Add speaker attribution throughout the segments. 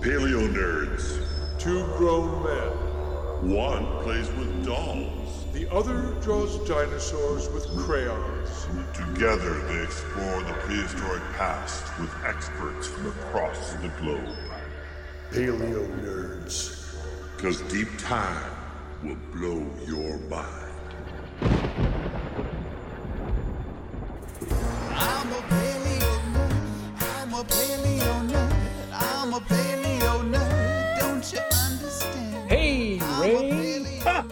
Speaker 1: Paleo nerds.
Speaker 2: Two grown men.
Speaker 1: One plays with dolls.
Speaker 2: The other draws dinosaurs with crayons.
Speaker 1: Together, they explore the prehistoric past with experts from across the globe.
Speaker 2: Paleo nerds.
Speaker 1: Because deep time will blow your mind.
Speaker 3: I'm a paleo nerd. I'm a paleo nerd. I'm a paleo nerd. Don't you understand?
Speaker 4: Hey,
Speaker 3: I'm a
Speaker 4: Ray.
Speaker 3: paleo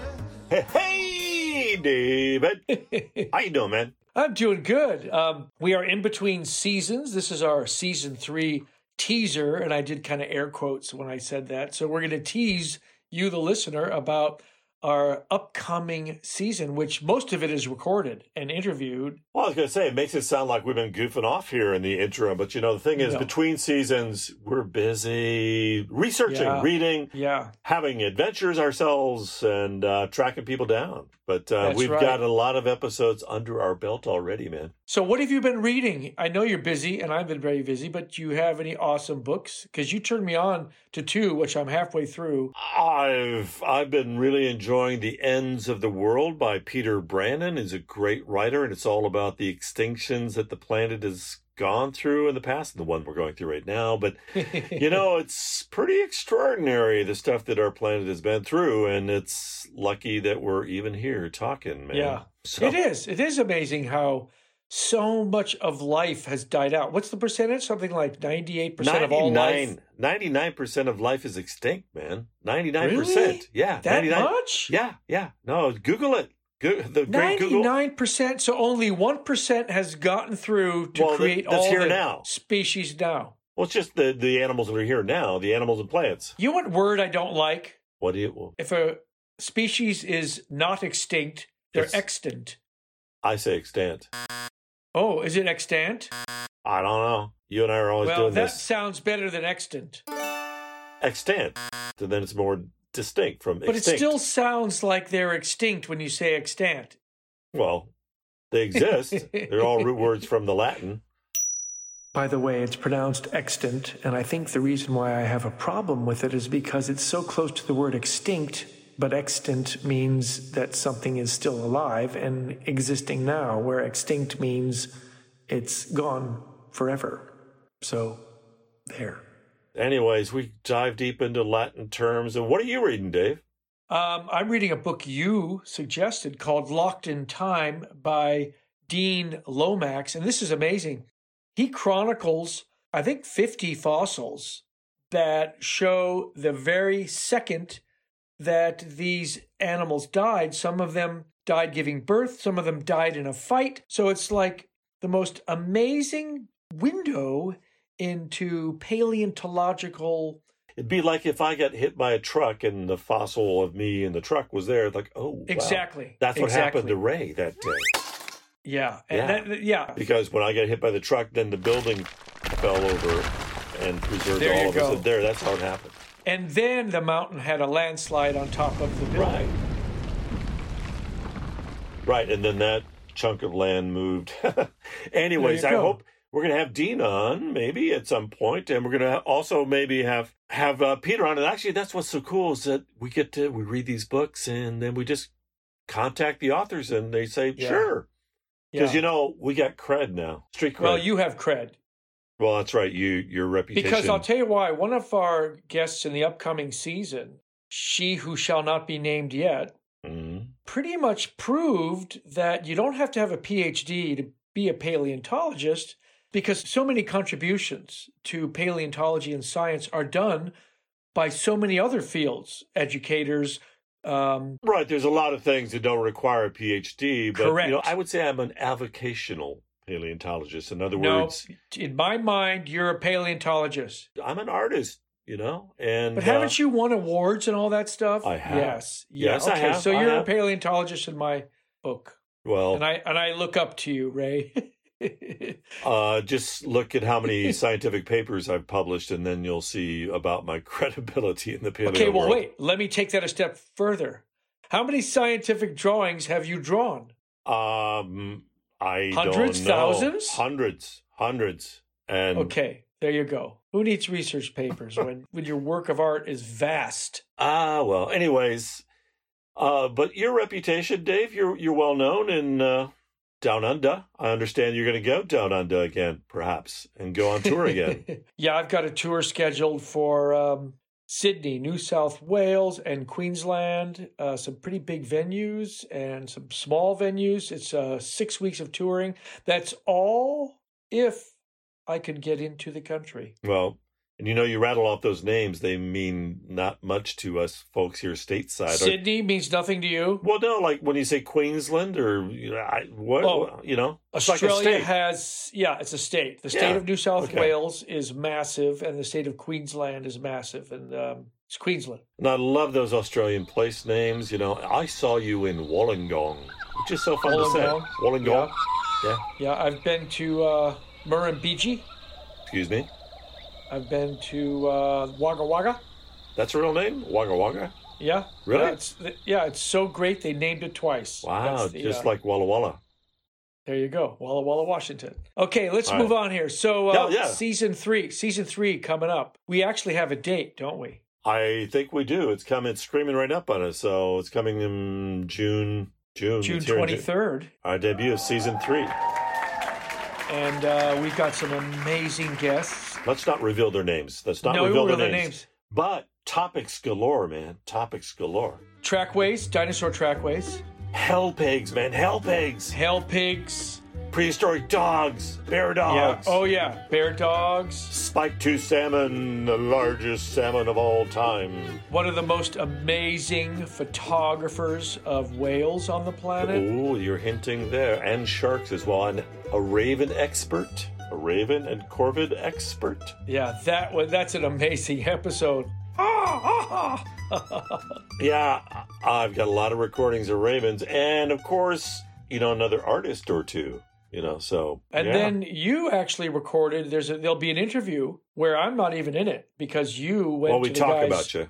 Speaker 3: nerd.
Speaker 5: Hey, David. How you doing, man?
Speaker 4: I'm doing good. Um, we are in between seasons. This is our season three teaser, and I did kind of air quotes when I said that. So we're going to tease you, the listener, about our upcoming season, which most of it is recorded and interviewed.
Speaker 5: Well, I was going to say, it makes it sound like we've been goofing off here in the interim, but you know, the thing is,
Speaker 4: No.
Speaker 5: between seasons, we're busy researching,
Speaker 4: Yeah.
Speaker 5: reading,
Speaker 4: Yeah,
Speaker 5: having adventures ourselves, and uh, tracking people down. But uh,
Speaker 4: That's
Speaker 5: we've
Speaker 4: right.
Speaker 5: got a lot of episodes under our belt already, man.
Speaker 4: So, what have you been reading? I know you're busy, and I've been very busy, but do you have any awesome books? Because you turned me on to two, which I'm halfway through.
Speaker 5: I've I've been really enjoying The Ends of the World by Peter Brannon. He's a great writer and it's all about the extinctions that the planet has gone through in the past and the one we're going through right now. But you know, it's pretty extraordinary the stuff that our planet has been through and it's lucky that we're even here talking, man.
Speaker 4: Yeah.
Speaker 5: So
Speaker 4: It is. It is amazing how so much of life has died out. What's the percentage? Something like 98% of all life.
Speaker 5: 99 percent of life is extinct, man. Ninety nine
Speaker 4: Really?
Speaker 5: percent. Yeah.
Speaker 4: That
Speaker 5: 99
Speaker 4: much?
Speaker 5: Yeah, yeah. No, Google it. Go, the great Google.
Speaker 4: 99%. So only 1% has gotten through to
Speaker 5: Well, that-
Speaker 4: create
Speaker 5: that's
Speaker 4: all
Speaker 5: here
Speaker 4: the
Speaker 5: now.
Speaker 4: species now.
Speaker 5: Well, it's just the, the animals that are here now, the animals and plants.
Speaker 4: You know what word I don't like?
Speaker 5: What do you? Well,
Speaker 4: If a species is not extinct, they're
Speaker 5: It's-
Speaker 4: extant.
Speaker 5: I say extant.
Speaker 4: Oh, is it extant?
Speaker 5: I don't know. You and I are always
Speaker 4: Well,
Speaker 5: doing
Speaker 4: that
Speaker 5: this.
Speaker 4: sounds better than extant.
Speaker 5: Extant. So then it's more distinct from
Speaker 4: But it
Speaker 5: extinct.
Speaker 4: still sounds like they're extinct when you say extant.
Speaker 5: Well, they exist. They're all root words from the Latin.
Speaker 6: By the way, it's pronounced extant, and I think the reason why I have a problem with it is because it's so close to the word extinct, but extant means that something is still alive and existing now, where extinct means it's gone forever. So, there.
Speaker 5: Anyways, we dive deep into Latin terms. And what are you reading, Dave?
Speaker 4: Um, I'm reading a book you suggested called Locked in Time by Dean Lomax. And this is amazing. He chronicles, I think, 50 fossils that show the very second that these animals died. Some of them died giving birth, some of them died in a fight. So it's like the most amazing window into paleontological.
Speaker 5: It'd be like if I got hit by a truck and the fossil of me in the truck was there. Like, oh, wow.
Speaker 4: Exactly.
Speaker 5: That's what happened
Speaker 4: Exactly.
Speaker 5: to Ray that day.
Speaker 4: Yeah. And
Speaker 5: Yeah.
Speaker 4: That, yeah.
Speaker 5: because when I got hit by the truck, then the building fell over and preserved
Speaker 4: There you
Speaker 5: all of us.
Speaker 4: go.
Speaker 5: And there, that's how it happened.
Speaker 4: And then the mountain had a landslide on top of the building.
Speaker 5: Right, and then that chunk of land moved. Anyways,
Speaker 4: There
Speaker 5: I
Speaker 4: you go.
Speaker 5: hope we're going to have Dean on maybe at some point, and we're going to also maybe have have uh, Peter on. And actually, that's what's so cool is that we get to we read these books, and then we just contact the authors, and they say
Speaker 4: Yeah.
Speaker 5: sure, because
Speaker 4: Yeah.
Speaker 5: you know we got cred now, street cred.
Speaker 4: well, you have cred.
Speaker 5: well, that's right. You your reputation
Speaker 4: Because I'll tell you why. One of our guests in the upcoming season, she who shall not be named yet, Mm-hmm.
Speaker 5: Mhm.
Speaker 4: pretty much proved that you don't have to have a PhD to be a paleontologist because so many contributions to paleontology and science are done by so many other fields, educators, um,
Speaker 5: Right. There's a lot of things that don't require a PhD, but
Speaker 4: Correct.
Speaker 5: you know, I would say I'm an avocational paleontologist. In other
Speaker 4: no,
Speaker 5: words,
Speaker 4: in my mind, you're a paleontologist.
Speaker 5: I'm an artist, you know, and
Speaker 4: But
Speaker 5: uh,
Speaker 4: haven't you won awards and all that stuff?
Speaker 5: I have.
Speaker 4: Yes. Yeah.
Speaker 5: Yes, I
Speaker 4: okay.
Speaker 5: have.
Speaker 4: So
Speaker 5: I
Speaker 4: you're
Speaker 5: have. Oh.
Speaker 4: a paleontologist in my book,
Speaker 5: uh, well,
Speaker 4: and I and I look up to you, Ray.
Speaker 5: uh, just look at how many scientific papers I've published, and then you'll see about my credibility in the paleo
Speaker 4: okay. Well,
Speaker 5: world.
Speaker 4: wait. Let me take that a step further. How many scientific drawings have you drawn?
Speaker 5: Um, I
Speaker 4: Hundreds,
Speaker 5: don't know.
Speaker 4: thousands?
Speaker 5: hundreds, hundreds, and
Speaker 4: Okay. There you go. Who needs research papers when, when your work of art is vast?
Speaker 5: Ah, well, anyways. Uh, but your reputation, Dave, you're you're well known in uh, Down Under. I understand you're going to go Down Under again, perhaps, and go on tour again.
Speaker 4: yeah, I've got a tour scheduled for um, Sydney, New South Wales, and Queensland. Uh, some pretty big venues and some small venues. It's uh, six weeks of touring. That's all if I could get into the country.
Speaker 5: well, and you know, you rattle off those names; they mean not much to us folks here stateside. Are-
Speaker 4: Sydney means nothing to you.
Speaker 5: Well, no, like when you say Queensland or you know, I, what,
Speaker 4: Oh,
Speaker 5: you know, it's like a
Speaker 4: Australia
Speaker 5: state.
Speaker 4: has, yeah, it's a state. The state
Speaker 5: Yeah.
Speaker 4: of New South
Speaker 5: Okay.
Speaker 4: Wales is massive, and the state of Queensland is massive, and um, it's Queensland.
Speaker 5: And I love those Australian place names. You know, I saw you in Wollongong, which is so fun to say.
Speaker 4: Wollongong.
Speaker 5: Wollongong. Yeah.
Speaker 4: Yeah, I've been to uh, Murrumbidgee.
Speaker 5: Excuse me.
Speaker 4: I've been to uh, Wagga Wagga.
Speaker 5: That's a real name? Wagga Wagga?
Speaker 4: Yeah,
Speaker 5: Really?
Speaker 4: Yeah it's, yeah, it's so great they named it twice.
Speaker 5: Wow,
Speaker 4: That's the,
Speaker 5: just
Speaker 4: uh,
Speaker 5: like Walla Walla.
Speaker 4: there you go, Walla Walla, Washington. Okay, let's
Speaker 5: All
Speaker 4: move
Speaker 5: right.
Speaker 4: on here. So, uh,
Speaker 5: Yeah, yeah.
Speaker 4: season three, season three coming up. We actually have a date, don't we?
Speaker 5: I think we do. It's coming, it's screaming right up on us. So it's coming in June. June.
Speaker 4: June
Speaker 5: It's here in
Speaker 4: twenty third,
Speaker 5: Our debut of season three.
Speaker 4: and uh, we've got some amazing guests.
Speaker 5: Let's not reveal their names. Let's not
Speaker 4: No, we
Speaker 5: reveal
Speaker 4: won't
Speaker 5: their
Speaker 4: reveal their
Speaker 5: names.
Speaker 4: names.
Speaker 5: But topics galore, man. Topics galore.
Speaker 4: Trackways, dinosaur trackways,
Speaker 5: Hell pigs, man. Hell pigs.
Speaker 4: hell pigs.
Speaker 5: Prehistoric dogs. Bear dogs.
Speaker 4: Yeah. Oh yeah, bear dogs.
Speaker 5: Spike two salmon, the largest salmon of all time.
Speaker 4: One of the most amazing photographers of whales on the planet.
Speaker 5: Oh, you're hinting there. And sharks as well. And a raven expert. A raven and corvid expert.
Speaker 4: Yeah, that was that's an amazing episode. Ah, ah, ah.
Speaker 5: Yeah, I- I've got a lot of recordings of ravens. And of course, you know, another artist or two. You know, so.
Speaker 4: and
Speaker 5: yeah.
Speaker 4: then you actually recorded. There's a, there'll be an interview where I'm not even in it because you went.
Speaker 5: Well,
Speaker 4: to
Speaker 5: we
Speaker 4: the
Speaker 5: talk
Speaker 4: guy's,
Speaker 5: about you.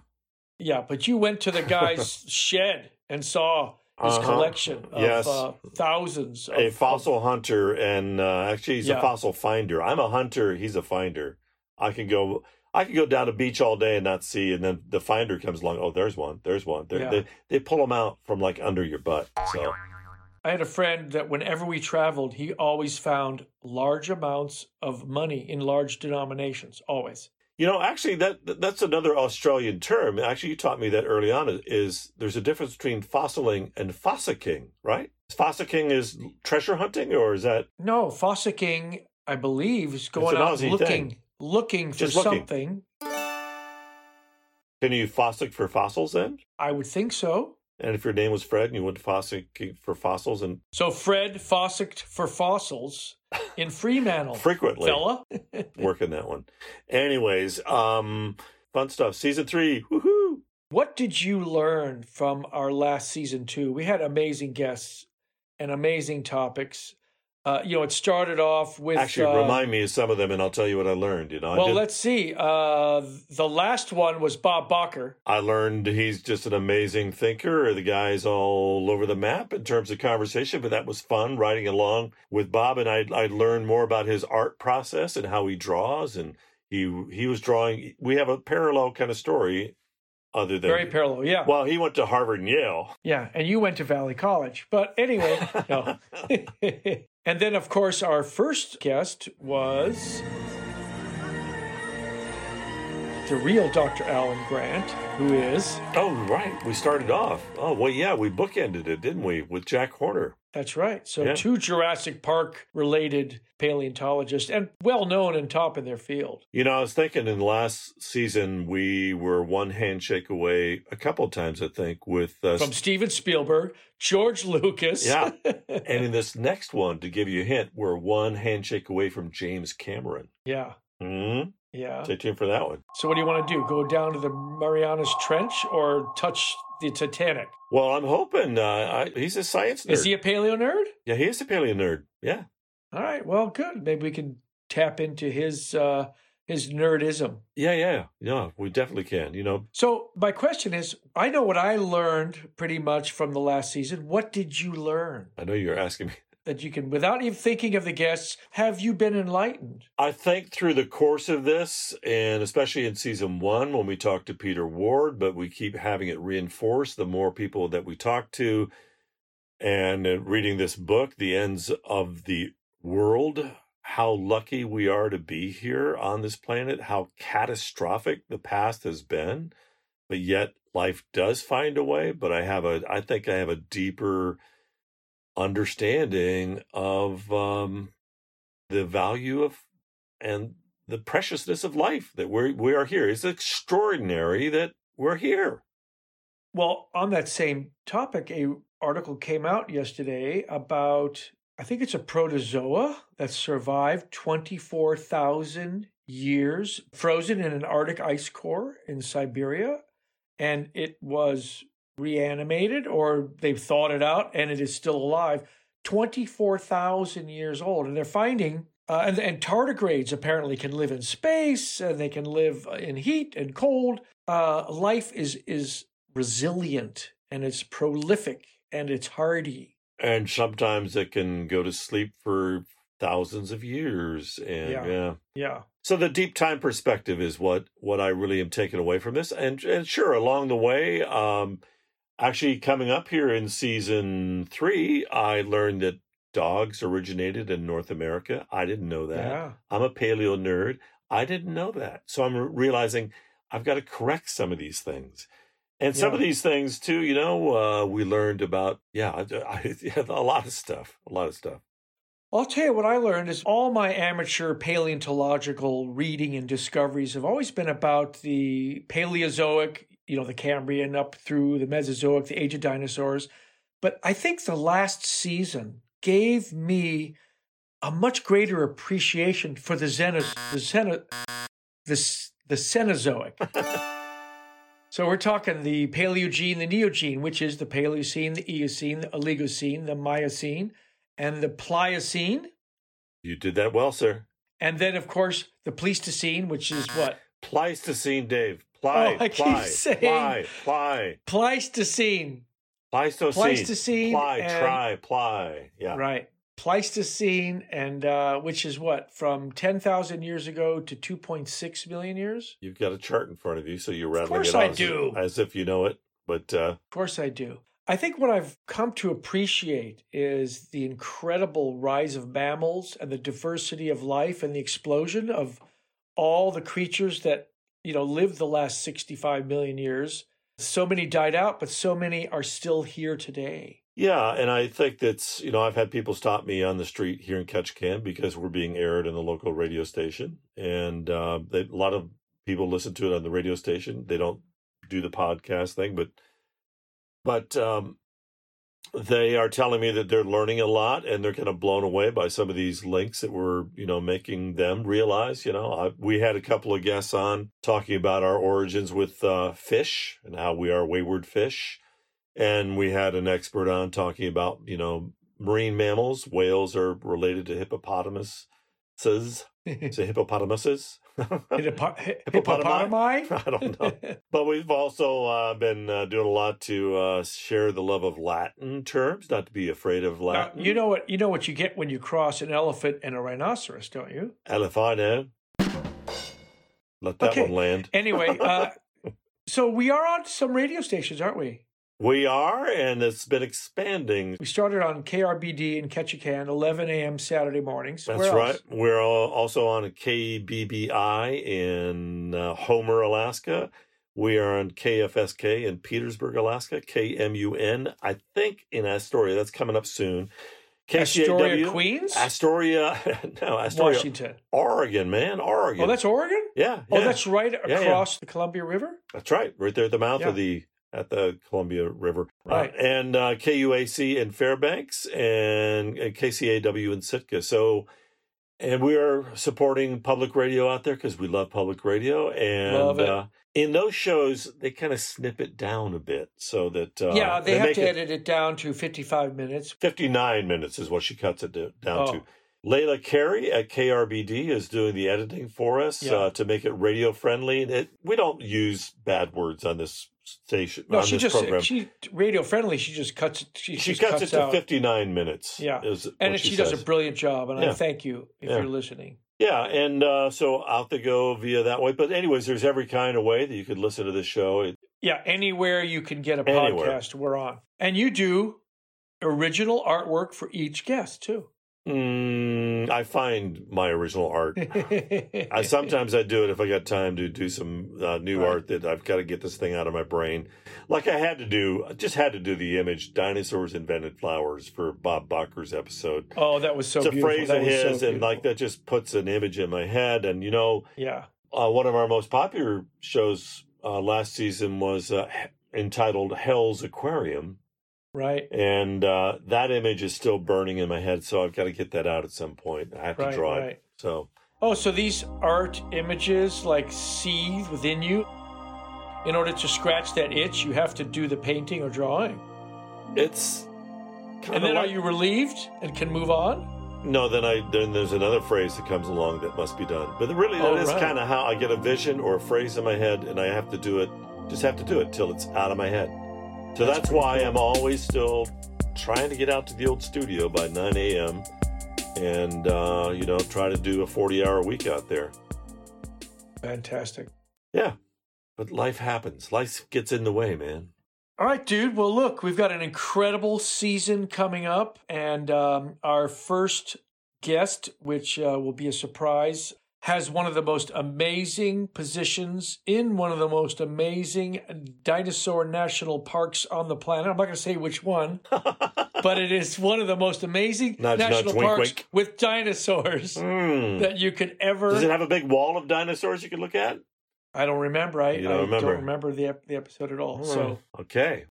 Speaker 4: Yeah, but you went to the guy's shed and saw his
Speaker 5: Uh-huh.
Speaker 4: collection of
Speaker 5: Yes.
Speaker 4: uh, thousands. Of,
Speaker 5: a fossil hunter and uh, actually he's
Speaker 4: Yeah.
Speaker 5: a fossil finder i'm a hunter he's a finder i can go i can go down a beach all day and not see and then the finder comes along oh there's one there's one They're-
Speaker 4: Yeah.
Speaker 5: they, they pull them out from like under your butt so
Speaker 4: I had a friend that whenever we traveled, he always found large amounts of money in large denominations. Always.
Speaker 5: you know actually that that's another australian term actually you taught me that early on is, is there's a difference between fossiling and fossicking right fossicking is treasure hunting or is that
Speaker 4: No, fossicking, I believe, is going
Speaker 5: an
Speaker 4: out
Speaker 5: Aussie
Speaker 4: looking,
Speaker 5: thing.
Speaker 4: looking for
Speaker 5: Just looking.
Speaker 4: something.
Speaker 5: can you fossick for fossils then
Speaker 4: I would think so.
Speaker 5: and if your name was fred and you went fossicking for fossils and
Speaker 4: So Fred fossicked for fossils in Fremantle.
Speaker 5: Frequently.
Speaker 4: fella.
Speaker 5: working that one. Anyways, um, fun stuff. Season three, woohoo!
Speaker 4: what did you learn from our last season two? We had amazing guests and amazing topics. Uh, you know, it started off with
Speaker 5: Actually,
Speaker 4: uh,
Speaker 5: remind me of some of them, and I'll tell you what I learned. You know, I,
Speaker 4: Well,
Speaker 5: did-
Speaker 4: let's see. Uh, the last one was Bob Barker.
Speaker 5: I learned he's just an amazing thinker. The guy's all over the map in terms of conversation, but that was fun riding along with Bob, and I I learned more about his art process and how he draws, and he he was drawing. We have a parallel kind of story, other than
Speaker 4: Very parallel, yeah,
Speaker 5: well, he went to Harvard and Yale.
Speaker 4: yeah. And you went to Valley College, but anyway, no. and then, of course, our first guest was the real Dr. Alan Grant, who is
Speaker 5: Oh, right. We started off. Oh, well, yeah, we bookended it, didn't we, with Jack Horner?
Speaker 4: That's right. So
Speaker 5: Yeah.
Speaker 4: two Jurassic Park related paleontologists and well known and top in their field.
Speaker 5: You know, I was thinking in last season, we were one handshake away a couple times, I think, with uh,
Speaker 4: From Steven Spielberg, George Lucas.
Speaker 5: Yeah. and in this next one, to give you a hint, we're one handshake away from James Cameron.
Speaker 4: yeah.
Speaker 5: Mm-hmm.
Speaker 4: Yeah.
Speaker 5: Stay tuned for that one.
Speaker 4: So what do you want to do? Go down to the Marianas Trench or touch the Titanic?
Speaker 5: Well, I'm hoping uh, I, he's a science nerd.
Speaker 4: Is he a paleo nerd?
Speaker 5: yeah, he is a paleo nerd. Yeah.
Speaker 4: All right. Well, good. Maybe we can tap into his uh his nerdism.
Speaker 5: Yeah, yeah. Yeah, we definitely can. You know,
Speaker 4: So my question is, I know what I learned pretty much from the last season. What did you learn?
Speaker 5: I know you're asking me.
Speaker 4: that you can, without even thinking of the guests, have you been enlightened?
Speaker 5: I think through the course of this, and especially in season one when we talked to Peter Ward, but we keep having it reinforced the more people that we talk to, and uh, reading this book, The Ends of the World, how lucky we are to be here on this planet, how catastrophic the past has been, but yet life does find a way. But I have a, I think I have a deeper understanding of um, the value of and the preciousness of life that we we are here. It's extraordinary that we're here.
Speaker 4: Well, on that same topic, a article came out yesterday about I think it's a protozoa that survived 24,000 years frozen in an Arctic ice core in Siberia. And it was reanimated, or they've thawed it out, and it is still alive 24,000 years old. And they're finding, uh, and, and tardigrades apparently can live in space, and they can live uh, in heat and cold. Uh, life is, is resilient, and it's prolific, and it's hardy.
Speaker 5: And sometimes it can go to sleep for thousands of years. And
Speaker 4: Yeah.
Speaker 5: yeah.
Speaker 4: Yeah.
Speaker 5: So the deep time perspective is what what I really am taking away from this, and and sure, along the way, um, actually coming up here in season three, I learned that dogs originated in North America. I didn't know that.
Speaker 4: Yeah.
Speaker 5: I'm a paleo nerd. I didn't know that, so I'm realizing I've got to correct some of these things. And some
Speaker 4: Yeah.
Speaker 5: of these things too, you know, uh, we learned about yeah, I, I, yeah, a lot of stuff, a lot of stuff.
Speaker 4: I'll tell you what I learned is all my amateur paleontological reading and discoveries have always been about the Paleozoic, you know, the Cambrian up through the Mesozoic, the age of dinosaurs. But I think the last season gave me a much greater appreciation for the Xeno, the Xeno, the, S- the Cenozoic. So we're talking the Paleogene, the Neogene, which is the Paleocene, the Eocene, the Oligocene, the Miocene, and the Pliocene.
Speaker 5: You did that well, sir.
Speaker 4: And then, of course, the Pleistocene, which is what?
Speaker 5: Pleistocene, Dave. Ply,
Speaker 4: Oh, I keep
Speaker 5: ply,
Speaker 4: saying-
Speaker 5: ply, ply,
Speaker 4: Pleistocene,
Speaker 5: Pleistocene,
Speaker 4: Pleistocene
Speaker 5: ply,
Speaker 4: and-
Speaker 5: try, ply. Yeah,
Speaker 4: right. Pleistocene, and uh, which is what? From 10,000 years ago to 2.6 million years?
Speaker 5: you've got a chart in front of you, so you're rattling
Speaker 4: course
Speaker 5: it
Speaker 4: I
Speaker 5: off as-
Speaker 4: do.
Speaker 5: as if you know it. But uh,
Speaker 4: Of course, I do. I think what I've come to appreciate is the incredible rise of mammals and the diversity of life and the explosion of all the creatures that, you know, lived the last 65 million years. So many died out, but so many are still here today.
Speaker 5: yeah, and I think that's you know I've had people stop me on the street here in Ketchikan because we're being aired in the local radio station, and uh, they, a lot of people listen to it on the radio station. They don't do the podcast thing, but but um, they are telling me that they're learning a lot and they're kind of blown away by some of these links that were you know making them realize you know I, we had a couple of guests on talking about our origins with uh, fish and how we are wayward fish and we had an expert on talking about you know marine mammals whales are related to hippopotamuses to hippopotamuses
Speaker 4: Hippopo-
Speaker 5: Hippopotami?
Speaker 4: hippopotami?
Speaker 5: I don't know. But we've also uh, been uh, doing a lot to uh, share the love of Latin terms, not to be afraid of
Speaker 4: Now,
Speaker 5: Latin.
Speaker 4: Uh, you know what you know what you get when you cross an elephant and a rhinoceros, don't you?
Speaker 5: Elefante. eh? Let that
Speaker 4: Okay.
Speaker 5: one land.
Speaker 4: Anyway, uh, so we are on some radio stations, aren't we?
Speaker 5: We are, and it's been expanding.
Speaker 4: We started on KRBD in Ketchikan, 11 a.m. Saturday mornings.
Speaker 5: That's
Speaker 4: Where else?
Speaker 5: right. We're al- also on KBBI in uh, Homer, Alaska. We are on KFSK in Petersburg, Alaska. KMUN, I think, in Astoria. That's coming up soon.
Speaker 4: Astoria,
Speaker 5: KCAW.
Speaker 4: Queens,
Speaker 5: Astoria, no, Astoria,
Speaker 4: Washington.
Speaker 5: Oregon, man, Oregon.
Speaker 4: Oh, that's Oregon.
Speaker 5: yeah,
Speaker 4: Oh,
Speaker 5: yeah.
Speaker 4: that's right
Speaker 5: yeah.
Speaker 4: across the Columbia River.
Speaker 5: That's right, right there at the mouth
Speaker 4: Yeah.
Speaker 5: of the at the Columbia River, Uh,
Speaker 4: Right.
Speaker 5: and uh, KUAC in Fairbanks and uh, KCAW in Sitka. So, and we are supporting public radio out there because we love public radio. And
Speaker 4: Love it.
Speaker 5: Uh, in those shows, they kind of snip it down a bit so that uh,
Speaker 4: yeah, they, have
Speaker 5: make
Speaker 4: to
Speaker 5: it
Speaker 4: edit it down to 55 minutes.
Speaker 5: fifty nine minutes is what she cuts it do- down
Speaker 4: Oh.
Speaker 5: to. Layla Carey at KRBD is doing the editing for us
Speaker 4: Yeah.
Speaker 5: uh, to make it radio friendly. It, we don't use bad words on this station.
Speaker 4: No,
Speaker 5: on
Speaker 4: she
Speaker 5: this
Speaker 4: just
Speaker 5: program.
Speaker 4: she radio friendly. She just cuts. She,
Speaker 5: She
Speaker 4: just
Speaker 5: cuts, it to
Speaker 4: out.
Speaker 5: 59 minutes.
Speaker 4: Yeah,
Speaker 5: is
Speaker 4: and
Speaker 5: what
Speaker 4: she, does
Speaker 5: says.
Speaker 4: a brilliant job. And I
Speaker 5: Yeah.
Speaker 4: thank you if
Speaker 5: Yeah.
Speaker 4: you're listening.
Speaker 5: Yeah, and uh, so I'll have to go via that way. But anyways, there's every kind of way that you could listen to this show. It-
Speaker 4: Yeah, anywhere you can get a
Speaker 5: Anywhere.
Speaker 4: podcast, we're on. And you do original artwork for each guest too.
Speaker 5: Mm, I find my original art. I
Speaker 4: I
Speaker 5: sometimes I do it if I got time to do some uh, new
Speaker 4: Right.
Speaker 5: art that I've got to get this thing out of my brain. Like I had to do, I just had to do the image "Dinosaurs Invented Flowers" for Bob Bacher's episode.
Speaker 4: Oh, that was so
Speaker 5: it's a
Speaker 4: beautiful.
Speaker 5: phrase
Speaker 4: That
Speaker 5: of
Speaker 4: was so
Speaker 5: his, and like
Speaker 4: beautiful.
Speaker 5: that just puts an image in my head. And you know,
Speaker 4: Yeah.
Speaker 5: uh, one of our most popular shows uh, last season was uh, entitled "Hell's Aquarium."
Speaker 4: Right.
Speaker 5: and uh, that image is still burning in my head. So I've got to get that out at some point. I have
Speaker 4: Right,
Speaker 5: to draw
Speaker 4: right.
Speaker 5: it. So
Speaker 4: Oh, so these art images like seethe within you. In order to scratch that itch, you have to do the painting or drawing.
Speaker 5: it's kind
Speaker 4: And then are you relieved and can move on?
Speaker 5: no. Then I then there's another phrase that comes along that must be done. But really, that
Speaker 4: Oh,
Speaker 5: is
Speaker 4: right.
Speaker 5: kind of how I get a vision or a phrase in my head, and I have to do it. Just have to do it till it's out of my head. So that's, why I'm always still trying to get out to the old studio by 9 a.m. and uh, you know try to do a 40-hour week out there.
Speaker 4: Fantastic.
Speaker 5: Yeah, but life happens. Life gets in the way, man.
Speaker 4: All right, dude. Well, look, we've got an incredible season coming up, and um, our first guest, which uh, will be a surprise, has one of the most amazing positions in one of the most amazing dinosaur national parks on the planet. I'm not going to say which one, but it is one of the most amazing
Speaker 5: Nudge, nudge,
Speaker 4: national
Speaker 5: wink,
Speaker 4: parks
Speaker 5: wink.
Speaker 4: with dinosaurs
Speaker 5: Mm.
Speaker 4: that you could ever.
Speaker 5: Does it have a big wall of dinosaurs you can look at?
Speaker 4: I don't remember. I,
Speaker 5: You
Speaker 4: I
Speaker 5: don't remember. Hmm.
Speaker 4: don't remember the, ep- the episode at all. So.
Speaker 5: okay.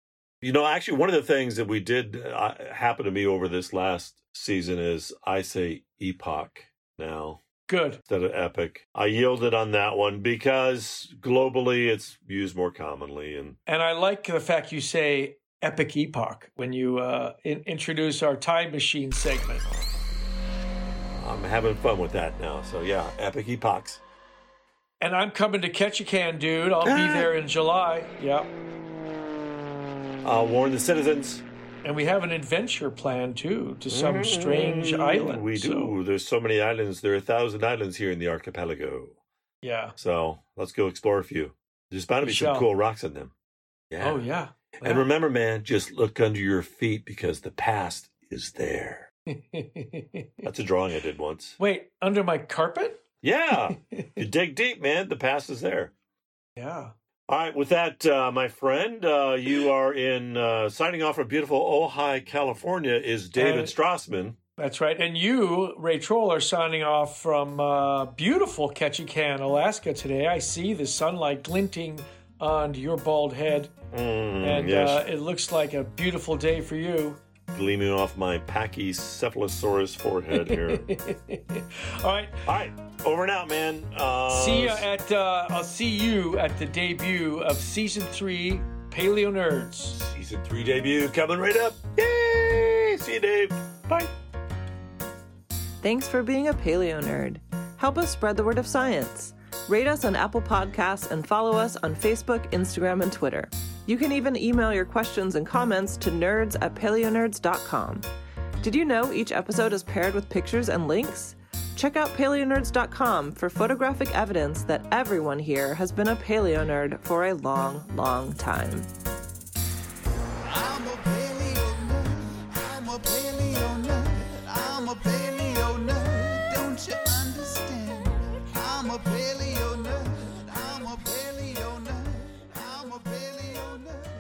Speaker 5: You know, actually, one of the things that we did uh, happen to me over this last season is I say epoch now
Speaker 4: Good.
Speaker 5: instead of epic. I yielded on that one because globally it's used more commonly. And
Speaker 4: And I like the fact you say epic epoch when you uh, in- introduce our time machine segment.
Speaker 5: I'm having fun with that now. So, yeah, epic epochs.
Speaker 4: And I'm coming to Ketchikan, dude. I'll be there in July. Yeah.
Speaker 5: I'll uh, warn the citizens.
Speaker 4: And we have an adventure plan too to some strange island.
Speaker 5: Mm-hmm. We do.
Speaker 4: So,
Speaker 5: There's so many islands. There are a thousand islands here in the archipelago.
Speaker 4: yeah.
Speaker 5: So let's go explore a few. There's bound to be
Speaker 4: We
Speaker 5: some
Speaker 4: shall.
Speaker 5: cool rocks in them. Yeah.
Speaker 4: Oh yeah.
Speaker 5: And remember, man, just look under your feet because the past is there. That's a drawing I did once.
Speaker 4: Wait, under my carpet?
Speaker 5: Yeah. you dig deep, man. The past is there.
Speaker 4: Yeah.
Speaker 5: All right. With that, uh, my friend, uh, you are in uh, signing off from beautiful Ojai, California, is David
Speaker 4: And-
Speaker 5: Strassman.
Speaker 4: That's right. And you, Ray Troll, are signing off from uh, beautiful Ketchikan, Alaska today. I see the sunlight glinting on your bald head.
Speaker 5: Mm,
Speaker 4: And
Speaker 5: yes.
Speaker 4: uh, it looks like a beautiful day for you.
Speaker 5: Gleaming off my pachycephalosaurus forehead here.
Speaker 4: All right.
Speaker 5: All right. Over and out, man. Uh,
Speaker 4: see you at uh, I'll see you at the debut of season three, Paleo Nerds.
Speaker 5: Season three debut coming right up. Yay! See you, Dave. Bye.
Speaker 7: Thanks for being a paleo nerd. Help us spread the word of science. Rate us on Apple Podcasts and follow us on Facebook, Instagram, and Twitter. You can even email your questions and comments to nerds at paleonerds.com. Did you know each episode is paired with pictures and links? Check out paleonerds.com for photographic evidence that everyone here has been a paleo nerd for a long, long time.
Speaker 3: I'm a paleo nerd. I'm a paleo nerd. I'm a paleo nerd. Don't you understand? I'm a paleo nerd. I'm a paleo nerd. I'm a paleo nerd.